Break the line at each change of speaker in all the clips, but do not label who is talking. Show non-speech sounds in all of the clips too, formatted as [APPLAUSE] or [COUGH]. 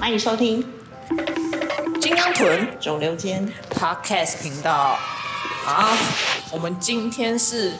欢迎收听
金刚臀
肿瘤间。
Podcast 频道啊，我们今天是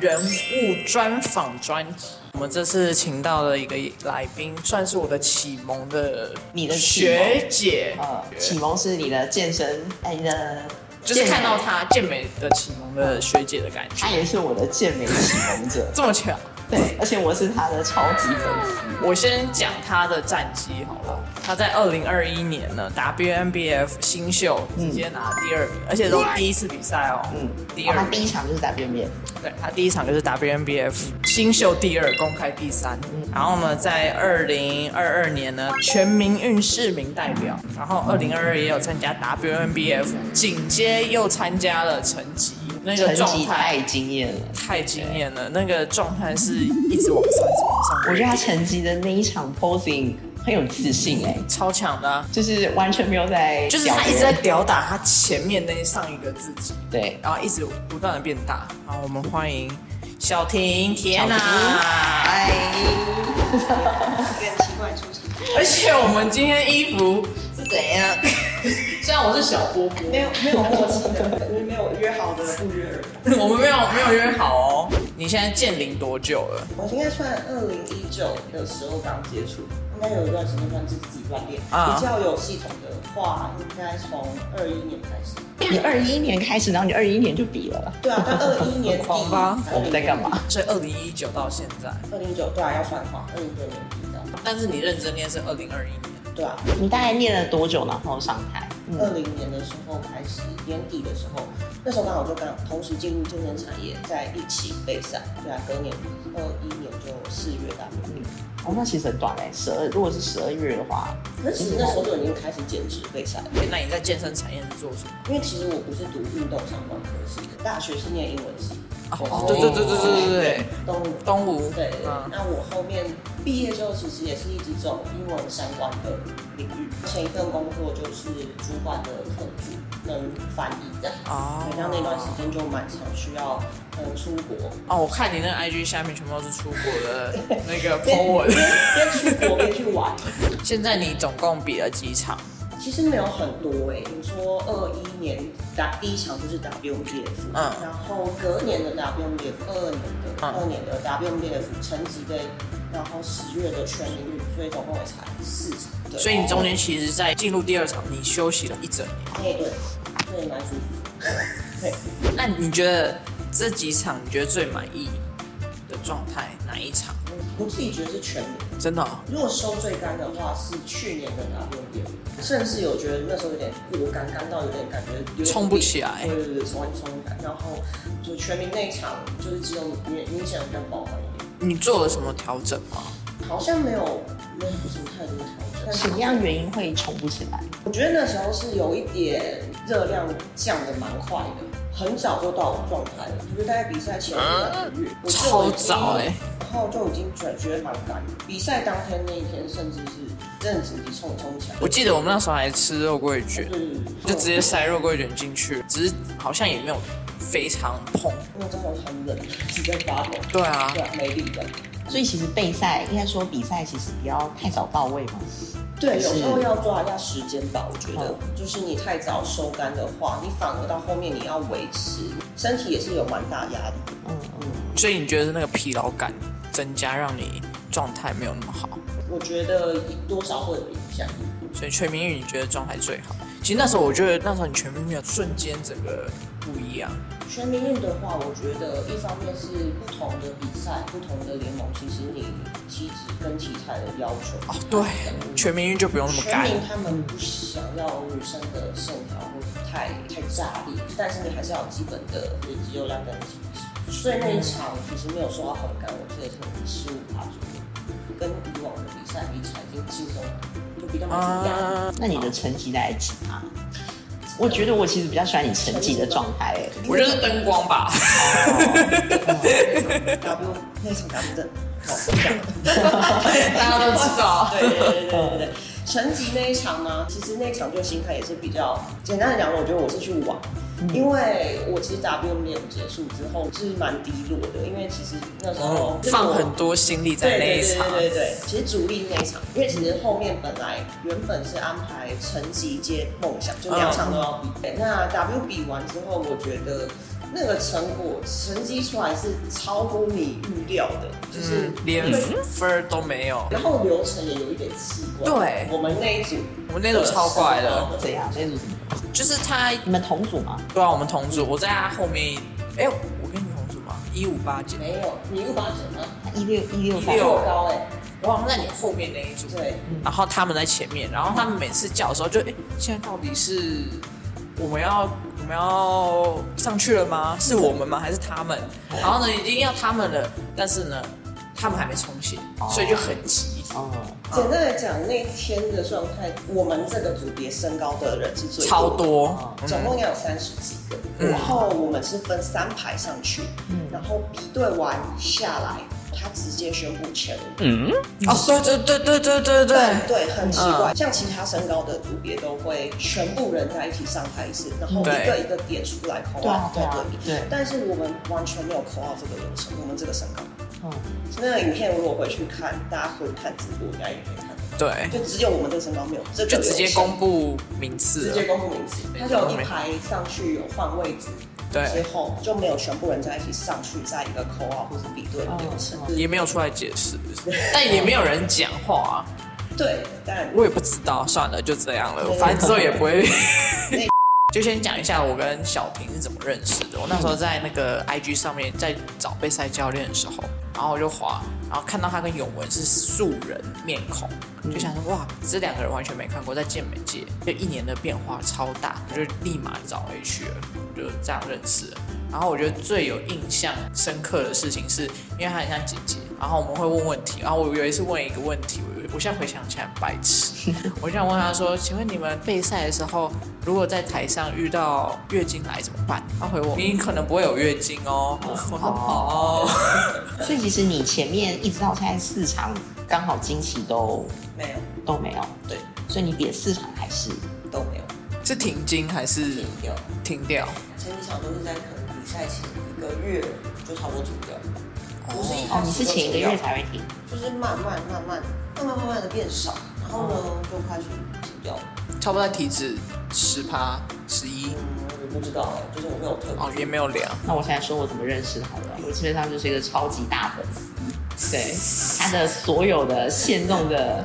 人物专访专辑。我们这次请到了一个来宾，算是我的启蒙的
你的启蒙
学姐，
呃，
启
启蒙是你的健身，哎，你的
就是看到
健美
她健美的启蒙的学姐的感觉
他，也是我的健美启蒙者
[LAUGHS] 。这么巧。
对，而且我是他的超级粉
[LAUGHS]
丝。
我先讲她的战绩好了，她在二零二一年呢 WNBF 新秀直接拿第二名，而且都第一次比赛哦，
嗯，
第
哦
二
他
名。
第一场就是打边边，
对他第一场就是 WNBF 新秀第二，公开第三。然后呢，在二零二二年呢，全民运市民代表。然后二零二二也有参加 WNBF，紧接又参加了成绩，那个
成
状
绩
态
太惊艳了。
太惊艳了，那个状态是一直往上，一直往上。
我觉得他成绩的那一场 posing 很有自信哎、
超强的啊、
就是完全没有在
就是
屌
他一直
别
在
人
吊打他前面那上一个自己，
对
然后一直不断的变大。然后我们欢迎小婷，天呐！
哎，
有点奇怪出场，
[LAUGHS] 而且我们今天衣服是怎
啊
样？虽然我是小波波，
没有没有默契的，就是没有约好的不约而
[LAUGHS]
同。
我们没有没有约好哦。你现在建龄多久了？
我应该算二零一九的时候刚接触，应该有一段时间算是自己锻炼。
啊
比较有系统的话，应该从二一年开始。
[LAUGHS] 你二一年开始，然后你二一年就比了，
对啊，到二一年底。
狂吧
我们在干嘛？？
所以二零一九到现在，
二零一九对啊，要算的话，二零一九年底的，
但是你认真念是二零二一年。
对啊，
你大概练了多久，然后上台？
二零年的时候开始，年底的时候，那时候刚好就刚同时进入健身产业，在一起备赛，对啊，隔年二一年就四月大陆。
哦，那其实很短哎、欸，十二如果是十二月的话，
可是其实那时候就已经开始减脂备赛了，
那你在健身产业是做什么？
因为其实我不是读运动相关科系的，大学是念英文系，
哦，
对
对
对对对
对对对
对对
对对对，
东吴。
东吴
对，
嗯，
那我后面毕业之后，其实也是一直走英文相关的领域。前一份工作就是主管的客主跟翻译的，
哦
好像那段时间就蛮常需要嗯出国，
哦，我看你那个 IG 下面全部都是出国
[LAUGHS]
的那个 po
边
文。
边边出国边去玩。
现在你总共比了几场？
其实没有很多哎、你说二一年打第一场就是 WBF，
嗯
然后隔年的 WBF，二二年
嗯
的二、年的 WBF 成绩杯，然后十月的全英运，所以总共也才四场。对
所以你中间其实，在进入第二场，你休息了一整年。
哎对，对蛮舒服的。对，
那你觉得这几场你觉得最满意的状态哪一场？
我自己觉得是全民。
真的、哦？
如果收最干的话，是去年的 WBF，甚至有觉得那时候有点过干，干到有点感觉有点
冲不起来
对对对，冲冲不起来。然后就全民那一场，就是只有明明显比较饱和一点，
你做了什么调整吗？
好像没有没有什么太多的调整。但
什
是
么样原因会重不起来？
我觉得那时候是有一点热量降的蛮快的，很早就到我状态了，就是大概比赛前一两
啊
个月，我就已经
超早欸
然后就已经转觉得蛮干的。比赛当天那一天，甚至是认真的冲冲起来。
我记得我们那时候还吃肉桂卷，
嗯，
就直接塞肉桂卷进去，只是好像也没有非常碰。
那时候很冷，直接发抖，
对啊
对，啊，没力的。
所以其实备赛，应该说比赛其实不要太早到位嘛。
对，
是
有时候要抓一下时间吧，我觉得
哦，
就是你太早收干的话，你反而到后面你要维持，身体也是有蛮大压力的。
嗯，
所以你觉得是那个疲劳感增加，让你状态没有那么好？
我觉得多少会有影响。
所以全民运你觉得状态最好？其实那时候我觉得那时候你全民运的瞬间整个不一样。
全民运的话，我觉得一方面是不同的比赛、不同的联盟，其实你体脂跟体态的要求
哦，对，全民运就不用那么
全
干。
民他们不想要女生的线条或者太太炸裂，但是你还是要有基本的肌肉量跟体脂。所以那一场其实没有说到很干，我记得是十五趴左右，跟以往的比赛比起来已经轻松了，就比较没有压力。
啊，
那你的成绩大概几啊？我觉得我其实比较喜欢你成绩的状态、欸，哦
我觉得是灯光吧。
W 那场 W 的好
大家都知道。
对对对对对对。成绩那一场呢，其实那一场就心态也是比较简单的讲，我觉得我是去玩，
嗯
因为我其实 WNBA 结束之后是蛮低落的，因为其实那时候就是我
放很多心力在那一场。
对对对对对，其实主力是那一场，因为其实后面本来原本是安排成绩接梦想，就两场都要比。
嗯
对那 W 比完之后，我觉得那个成果成绩出来是超乎你预料的，就是、
嗯，连分儿都没有。
然后流程也有一点奇怪。
对
我们那一组，
我们那组超怪的
怎样？那组什么？
就是他，
你们同组吗？
对啊，我们同组，我在他后面。哎、我跟你同组吗？一五八九，
没有，你又把它整了，
一六一六
一
三
比
六嗯
我高哎、
我好像在你后面那一组。
对，
然后他们在前面，然后他们每次叫的时候就，哎，现在到底是我们要我们要上去了吗？是我们吗？还是他们？然后呢，已经要他们了，但是呢，他们还没冲线，所以就很急。
哦，
简单来讲，那天的状态，我们这个组别身高的人是最
超
的嗯
多，嗯
总共要有三十几个，然后我们是分三排上去，然后比对完下来，他直接宣布前五。
哦，对对对对对对对，嗯
对，很奇怪，像其他身高的组别都会全部人在一起上台一次，然后
对
一个一个点出来扣
对
号
啊，
对
对啊
比
对
但是我们完全没有扣号这个流程，我们这个身高。
嗯，
那个影片如果回去看，大家回去看直播，应该也可以看得
对，
到，就只有我们这个身高没有，这个
就直接
流程
公布名次
直
了
接。公布名字，它就有一排上去有换位置，
对
之后就没有全部人在一起上去，在一个口号或是比对的流程
哦，
就是
也没有出来解释，但也没有人讲话、啊，
对，但
我也不知道，算了，就这样了，
对
反正之后也不会。 [LAUGHS] 就先讲一下我跟小平是怎么认识的。我那时候在那个 IG 上面在找备赛教练的时候，然后我就滑，然后看到他跟永文是素人面孔，就想说哇，这两个人完全没看过，在健美界就一年的变化超大，我就立马找回去了，就这样认识了。然后我觉得最有印象深刻的事情是，因为她很像姐姐，然后我们会问问题，然后我有一次问一个问题，我我现在回想起来很白痴， [LAUGHS] 我就想问她说，请问你们备赛的时候，如果在台上遇到月经来怎么办？她回我，你可能不会有月经哦。我说哦，
所以其实你前面一直到现在四场，刚好惊喜都
没有，
都没有，
对，
所以你比的四场还是
都没有
[LAUGHS] 是停经还是
停掉。
停掉？
前几场都是在可能比赛前一个月就差不多停掉，不是一
哦
开，
你
始
是
就
前一
停
个
掉
月，才会停，
就是慢慢慢慢慢慢慢慢的变少，然后呢就开始停掉。
差不多在体脂十趴十一
嗯，我不知道哎，就是我没有特
哦，
别
也没有量。
那我现在说我怎么认识好了，我基本上就是一个超级大粉丝，对他的所有的现弄的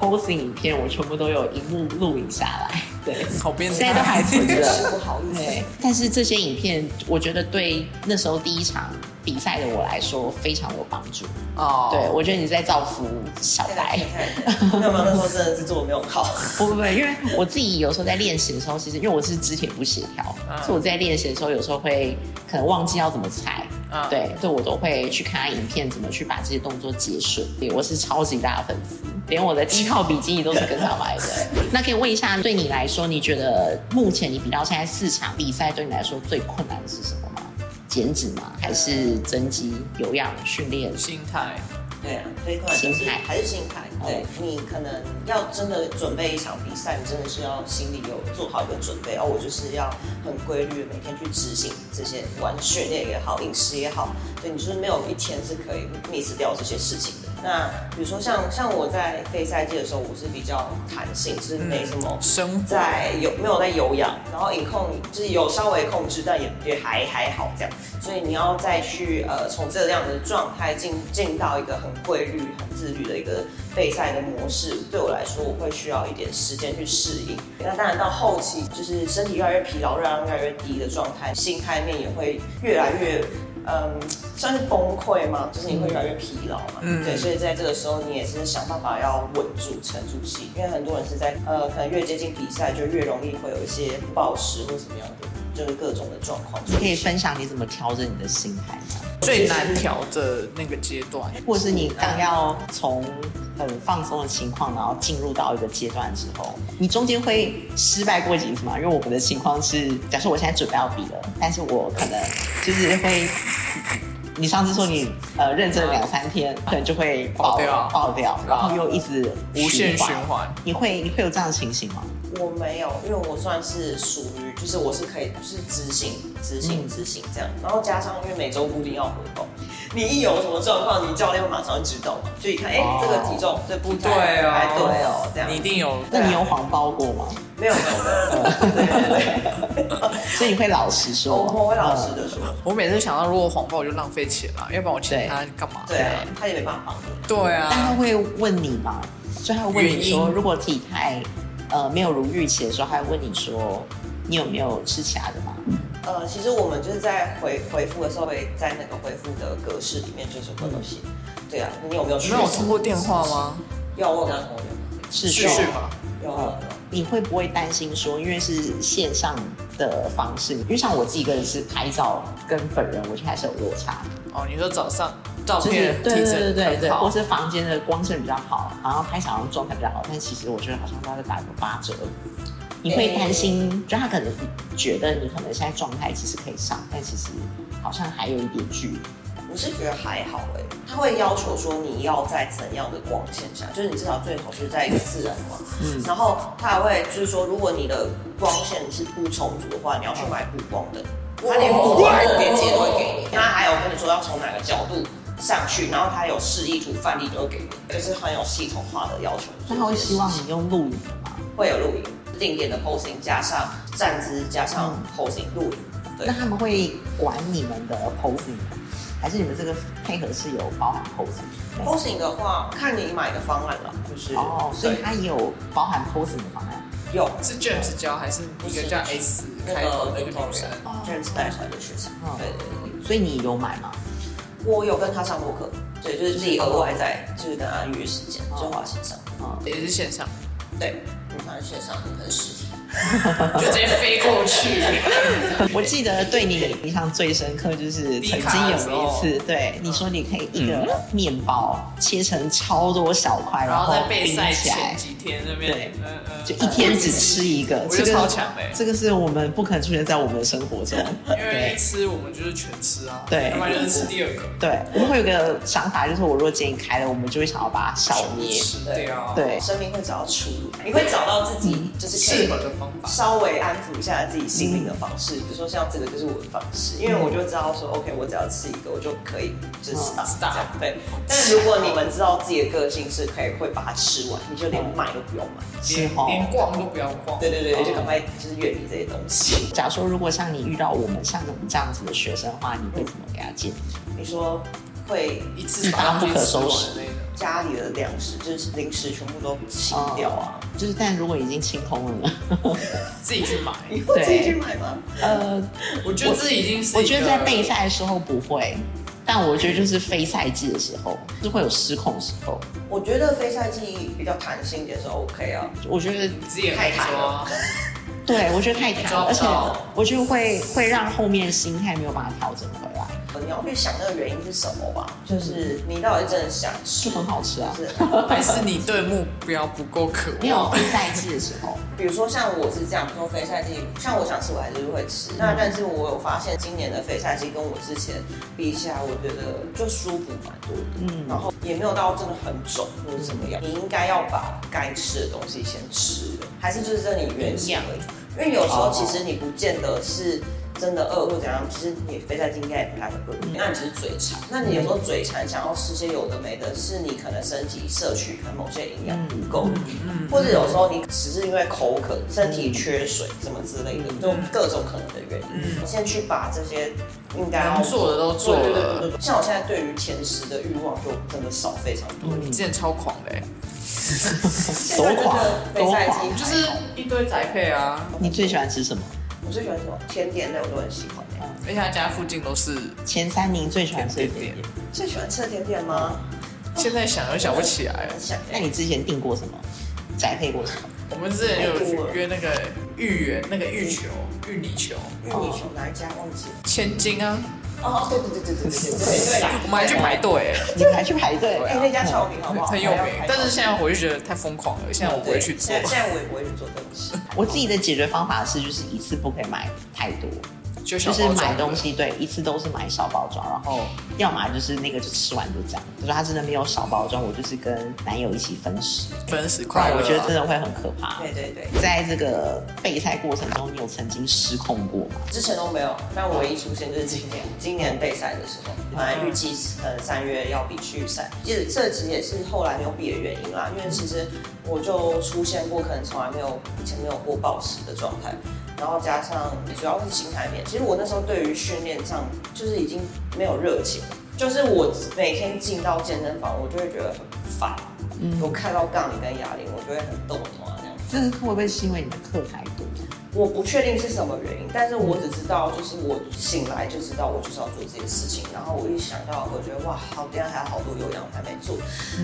posing 影片，我全部都有一幕录影下来， [LAUGHS] 对，
好变态，
现在都还存
确
着
实。 [LAUGHS] 不好意
对
思。，
但是这些影片，我觉得对那时候第一场比赛的我来说非常有帮助。
哦，
对，我觉得你在造福小
现在
白
看。看，那么那时候真的是做的没有好。
[LAUGHS] 不不不，因为我自己有时候在练习的时候，其实因为我是肢体不协调，
嗯
所以我在练习的时候有时候会可能忘记要怎么踩。
嗯
对，所以我都会去看他影片怎么去把这些动作结顺。对我是超级大的粉丝，连我的第一套比基尼都是跟他买的。那可以问一下，对你来说，你觉得目前你比到现在四场比赛，对你来说最困难的是什么吗？减脂吗？还是增肌、有氧训练？
心态。
对啊，推断就是
心态哦
还是心态。对你可能要真的准备一场比赛，你真的是要心里有做好一个准备哦。我就是要很规律，每天去执行这些，不管是训练也好，饮食也好，对你就是没有一天是可以 miss 掉这些事情的。那比如说像像我在备赛季的时候，我是比较弹性，是没什么
生活
在有没有在有氧，然后饮控就是有稍微控制，但也也还还好这样。所以你要再去呃从这样的状态进进到一个很规律、很自律的一个备赛的模式，对我来说我会需要一点时间去适应。那当然到后期就是身体越来越疲劳、热量越来越低的状态，心态面也会越来越。嗯，算是崩溃嘛，就是你会越来越疲劳嘛，
嗯
对，所以在这个时候，你也是想办法要稳住、沉住气，因为很多人是在呃，可能越接近比赛，就越容易会有一些暴食或什么样的，就是各种的状况出
你
现。
可以分享你怎么调整你的心态吗？
最难调的那个阶段，
或是你刚要从很放松的情况，然后进入到一个阶段之后，你中间会失败过几次吗？因为我们的情况是，假设我现在准备要比了，但是我可能就是会你上次说你呃认真了两三天，可能就会爆
爆掉
爆掉，然后又一直
无限循环。
你会你会有这样的情形吗？ [LAUGHS]
我没有，因为我算是属于，就是我是可以，就是执行、执行、执行这样。然后加上因为每周固定要回报，你一有什么状况，你教练会马上知道嘛，就一看，哎、
哦
这个体重这不
对哦
哎对哦，这样
你一定有
那你有谎报过吗？
没有没有没有对对对对，
[LAUGHS] 所以你会老实
[LAUGHS]
说？
哦
嗯
我哦我会老实的说，
我每次想到，如果谎报我就浪费钱了，要不然我请他干嘛？
对啊，他也没办法帮你，
对
嗯。但他
啊，
会问你吗？就他会问你
原
说，
因
如果体态呃没有如预期的时候，他会问你说你有没有吃其他的吗？
呃，其实我们就是在回回复的时候，会在那个回复的格式里面就是会有写，对啊，你有没有
你
去？
们有通过电话？吗？
有，我有跟他沟通
是
是
说
是吧？
有有有。
你会不会担心说，因为是线上的方式，因为像我自己一个人是拍照跟本人，我就还是有落差，
哦，你说早上照
就是
片
对
提
对
成
对对对，
很
或
好，
是房间的光线比较好，然后拍起来好像状态比较好，但其实我觉得好像它在打个八折。你会担心，
哎
就他可能觉得你可能现在状态其实可以上，但其实好像还有一点距离。
我是觉得还好哎、他会要求说你要在怎样的光线下，就是你至少最好是在一个自然光。嗯，然后他还会就是说，如果你的光线是不充足的话，你要去买补光灯，他连补光灯的连接都会给你。他还有跟你说要从哪个角度上去，然后他有示意图、范例都会给你，就是很有系统化的要求。
那他会希望你用录影的吗？
会有录影、定点的 posing 加上站姿加上 posing 录影，对
那。他们会管你们的 posing 吗？还是你们这个配合是有包含 posing？的
哦
posing 的话，看你买的方案了，就是
哦，所以
对
它也有包含 posing 的方案。
有
是 James 教还是一个叫
不是
S
那
开头
个
的一
运
个
动
女
生
生？
，James 带出来的学生
嗯。
对对对，
所以你有买吗？
我有跟他上过课，对，就是自己额外在就是跟他约时间，就花线上。
嗯，
也是线上，
对，嗯反正线上可能实体。
就直接飞过
[LAUGHS]
去。
我记得对你印象最深刻就是曾经有一次，对你说你可以一个面包切成超多小块，
然后在备
冰
赛
起来
前，几天那边
对，
嗯嗯
就一天只吃一个，
我觉
这
得
个
超强的欸
这个是我们不可能出现在我们的生活中，
[LAUGHS] 因为一
对。
吃我们就是全吃啊，
对
要不然就是吃第二个，
对，我们会有个想法，就是我如果今天开了，我们就会想要把它小捏。
吃
啊
啊掉，
对
生命会找到出路，你会找到自己嗯就是可以
适合的方法。
稍微安抚一下自己心灵的方式，比如说像这个就是我的方式，因为我就知道说，OK，我只要吃一个，我就可以就是 stop 这
stop
样对。但是如果你们知道自己的个性是可以会把它吃完，你就连买都不用买。
是
连
哦。
连逛都不要逛。哦
对对对，就赶快就是远离这些东西。 [LAUGHS]
假如说如果像你遇到我们像我们这样子的学生的话，你会怎么给他建议？
你说会
一次把东西吃完之类的。
家里的粮食就是零食全部都清
哦
掉啊？ [LAUGHS]
就是但如果已经清空了呢？
自己去买。
你会自己去买吗？
呃，
我觉得自己已经
[LAUGHS]
是，
我觉得在备，赛的时候不会，但我觉得就是非赛季的时候是会有失控的时候。
我觉得非赛季比较弹性一点是 OK 啊。
我觉得，
自己也可以抓。
对我觉得太
你
卡
抓
了，
不
而且
到
我觉得会会让后面心态没有办法调整回
嗯
来，
你要去想那个原因是什么吧，就是你到底真的想吃
就很好吃啊
就。是
还是你对目标不够渴
没有
望？
非赛季的时候，
比如说像我是这样，比如说非赛季，像我想吃我还是会吃。那但是我有发现今年的非赛季跟我之前比起来，我觉得就舒服蛮多的。嗯，然后也没有到真的很肿或者怎么样。你应该要把该吃的东西先吃了，还是就是这你原
营
形
养
为主。因为有时候其实你不见得是真的饿或怎样，其实你非赛季应该也不太会饿，那你只是嘴馋。那你有时候嘴馋想要吃些有的没的，是你可能身体摄取可能某些营养不够，或者有时候你只是因为口渴、身体缺水什么之类的，
嗯
就各种可能的原因，先去把这些应该要
能做的都做了
对对对对对像我现在对于甜食的欲望就真的少非常多，
嗯
[LAUGHS] 你之前超狂的欸，
现在真的非赛季
就
就是是
一堆宅配啊，
你最喜欢吃什么？
我最喜欢什么甜点类我都很喜欢、欸。
而且他家附近都是
前三名最喜欢
甜
吃
点
甜点。
店。
最喜欢吃的甜点吗？
现在想又想不起啊欸来了。
很想欸
那你之前订过什么？宅配过什么？
我们之前有约那个芋圆，那个芋球、芋泥球，
玉米球哪一家忘记了？
千金啊，
哦，对对对对对对对对 [LAUGHS] 对，
我们还去排队欸，
你们还去排队？
哎，那家超有名好不哎好？
很有名。但是现在我就觉得太疯狂了，现在我不会去做
现。在现在我也不会去做这个事。
我自己的解决方法是，就是一次不可以买太多，
就小
就
包
是
装
买东西，对，一次都是买小包装，然后
哦
要么就是那个就吃完就这样。可是他真的没有小包装，我就是跟男友一起分食，
分十
不
块
然
了，
我觉得真的会很可怕。
对对对，
在这个备菜过程中，你有曾经失控过吗？
之前都没有，但唯一出现就是今年，今年备赛的时候，本来预计可能三月要比去赛，其实这其实也是后来没有比的原因啦，因为其实我就出现过可能从来没有以前没有过暴食的状态，然后加上主要是心态面，其实我那时候对于训练上就是已经没有热情了，就是我每天进到健身房，我就会觉得很烦，我看到杠铃跟哑铃，我就会很动怒啊这样。
这是会不会是因为你的课太多？
我不确定是什么原因，但是我只知道，就是我醒来就知道我就是要做这件事情，然后我一想到，我觉得哇，好，等一下还有好多有氧还没做，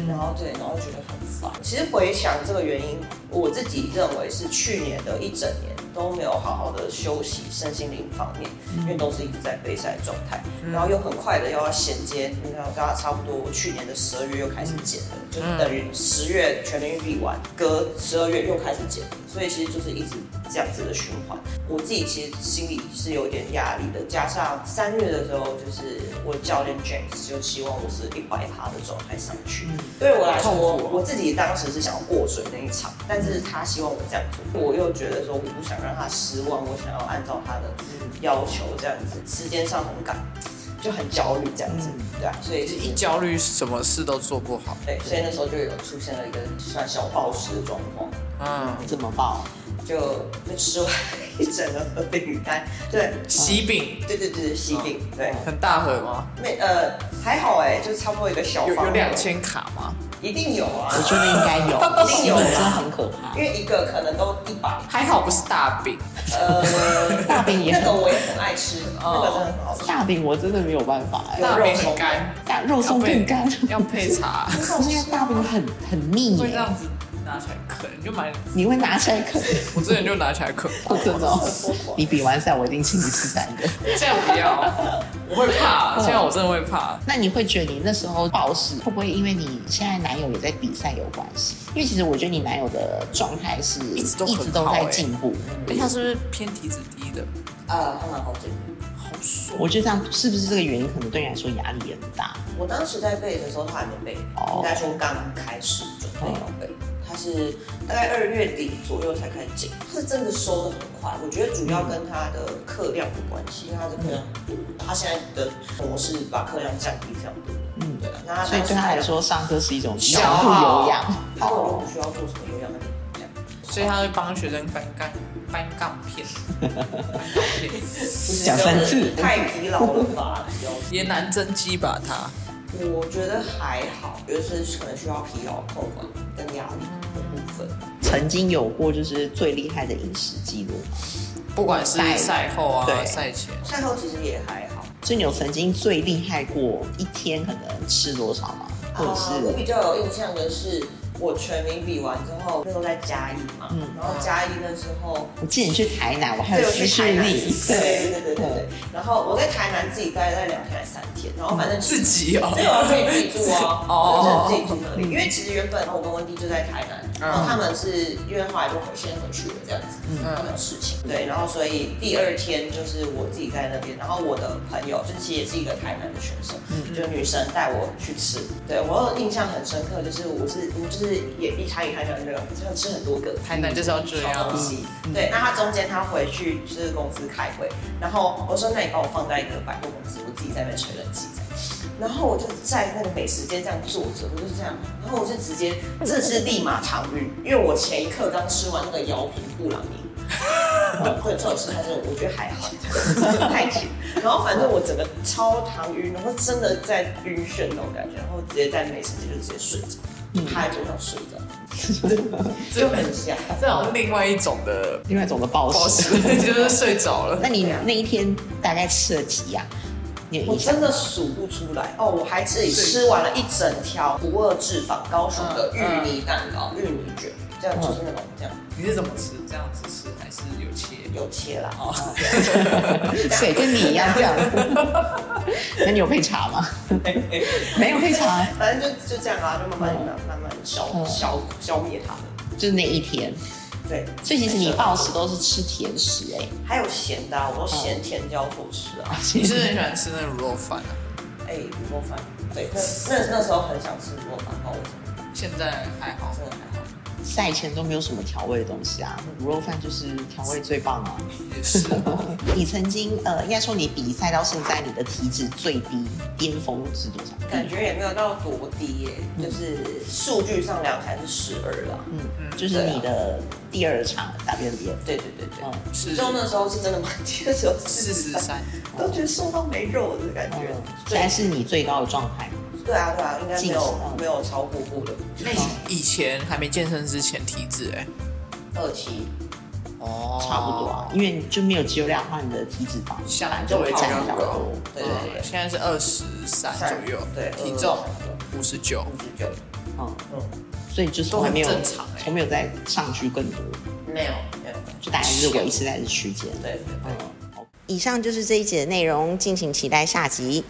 然后对，然后觉得很烦。其实回想这个原因，我自己认为是去年的一整年都没有好好的休息身心灵方面，因为都是一直在备赛状态，然后又很快的又要衔接，你看大家差不多，我去年的十二月又开始减了，就是等于十月全民运比完，隔十二月又开始减，所以其实就是一直这样子的循环。我自己其实心里是有点压力的，加上三月的时候，就是我教练 James 就期望我是一百趴的状态上去，对我来说，我自己当时是想要过水那一场，但是他希望我这样做，我又觉得说我不想让他失望，我想要按照他的要求这样子，时间上很赶，就很焦虑这样子，对啊，所以
就是是一焦虑，什么事都做不好。
对，所以那时候就有出现了一个算小暴食的状况，
嗯，
怎么报？
就就吃完一整个饼干，对，
喜饼
对对对，喜饼，
哦
对，
很大盒吗？
那呃还好哎、就差不多一个小
有
方
有
的
两，千卡吗？
一定有啊，
我觉得应该有，
一定有
真的
啦
很可怕。
因为一个可能都一百。
还好不是大饼，
呃，
[LAUGHS] 大饼也
那
很哦
个我也很爱吃，那个真的很好吃。
大饼我真的没有办法哎、
大
肉
饼很
松
干，
大肉松
要配
更干。
要配茶，
可是因为大饼很很腻
会这
耶、
样子拿起来啃，你就买。
你会拿起来
[LAUGHS]
啃？
我之前就拿起来啃，
我真的哦、你比完赛我一定请你吃三个。
现在不要，哦我会怕，现在我真的会怕。
那你会觉得你那时候暴食会不会因为你现在男友也在比赛有关系？因为其实我觉得你男友的状态是
[LAUGHS] 一直都很
一直都
好
在
欸
进步。
哎，他是不是偏体脂低的？
呃，还蛮好吃。
好爽。
我觉得这样是不是这个原因可能对你来说压力也很
[LAUGHS]
大？
我当时在背的时候，他还没背，
哦
应该说刚开始准备要背。他是大概二月底左右才开始减，他是真的收的很快。我觉得主
嗯
要跟他的课量有关系，因为他的课量很多，他现在的模式把课量降低非常多。嗯，对啊，那他
所以对他来
当时，
说上课是一种
消
消
耗
耗有氧。
他根本就不需要做什么有氧的力量。
所以他会帮学生搬杠搬杠 [LAUGHS] 片，搬杠片
就是
讲三次
太疲劳了
[LAUGHS]
吧？比较
也难增肌吧？他
我觉得还好，就是可能需要疲劳控管跟压力的部分。
曾经有过就是最厉害的饮食记录，
不管是赛后啊、
对
赛前，
赛后其实也还好，
所以你有曾经最厉害过一天可能吃多少吗？或者
啊我比
是
较有印象的是，我全民比完之后，
嗯
那时候在嘉义嘛，然后嘉义那时候。
我记得你去台南，我还
对，
有
我
私
去
讯
台南，
你，
对对对对对。
嗯
然后我在台南自己待在两天还是三天，然后反正
自己哦， [LAUGHS]
对，我自己自己住
哦
啊，哦，嗯自己住那里。因为其实原本我跟温蒂就在台南，然后他们是因为后来就回先回去了这样子，他们有事情。对，然后所以第二天就是我自己在那边，然后我的朋友就是其实也是一个台南的学生，就女生带我去吃。对我有印象很深刻，就是我是我就是也一餐一餐这样这样这样吃很多个，
台南就是要这
小
样
东。西。对，那他中间他回去就是公司开会，然后我说那你帮我放在一个百货公司，我自己在那边吹冷气这样。然后我就在那个美食街这样坐着，我就这样，然后我就直接，这是立马场域，因为我前一刻刚吃完那个摇瓶布朗尼，哦对，这种吃还是我觉得还好，太甜。然后反正我整个超糖晕，然后真的在晕眩那种感觉，然后直接在美食街就直接睡着，趴在桌上睡着，就很瞎。
这种另外一种的
[LAUGHS] 另外一种的暴
暴
食。
食， [LAUGHS] 就是睡着了。
那你那一天大概吃了几样？你有
我
印象？
真的数不出来哦，我还自己吃完了一整条不二制坊高雄的芋泥蛋糕、嗯芋泥嗯卷，这样就是那种这样
你是怎么吃？这样子吃还是有切？
有切啦。
哦，
谁跟你一样这
[LAUGHS]
样？那你有配茶吗？没有配茶，
反嗯正就就这样啊，就慢慢慢慢慢慢消消消灭它们。
就是那一天。
对，
所以其实你暴食都是吃甜食哎、
[LAUGHS] 还有咸的、啊，我都咸甜交错吃啊。
你是不是很喜欢吃那个卤肉饭啊？
哎、卤肉饭，对，那那那时候很想吃卤肉饭，不知道为什么，
现在还好。
真的还好。
赛前都没有什么调味的东西啊，卤肉饭就是调味最棒啊。
也是， [LAUGHS]
你曾经呃，应该说你比赛到现在，你的体脂最低巅峰是多少？
感觉也没有到多低耶、就是数据上量还是十二啦。
嗯，就是你的第二场 WNBF。
对对对对，
嗯，
是
就那时候是真的蛮 [LAUGHS] 低的时候，
四十三，
都觉得瘦到没肉的感觉。
嗯现在是你最高的状态。
对啊对啊，应该没
进食啊
有没有超过过的
那以前还没健身之前体脂哎、
二期，
哦
差不多啊，因为你就没有肌肉量的话，你的体脂肪
相
本来
对
会
比
占
较
比较
高
多。，
对对对
啊现在是二十三左右，
对，
体重五十九，
五十九，
嗯，
嗯，
所以就从来没有
都很正常欸
从没有再上去更多，
没有没有，
就大概是维持在这区间。
对对对。
以上就是这一节的内容，敬请期待下集。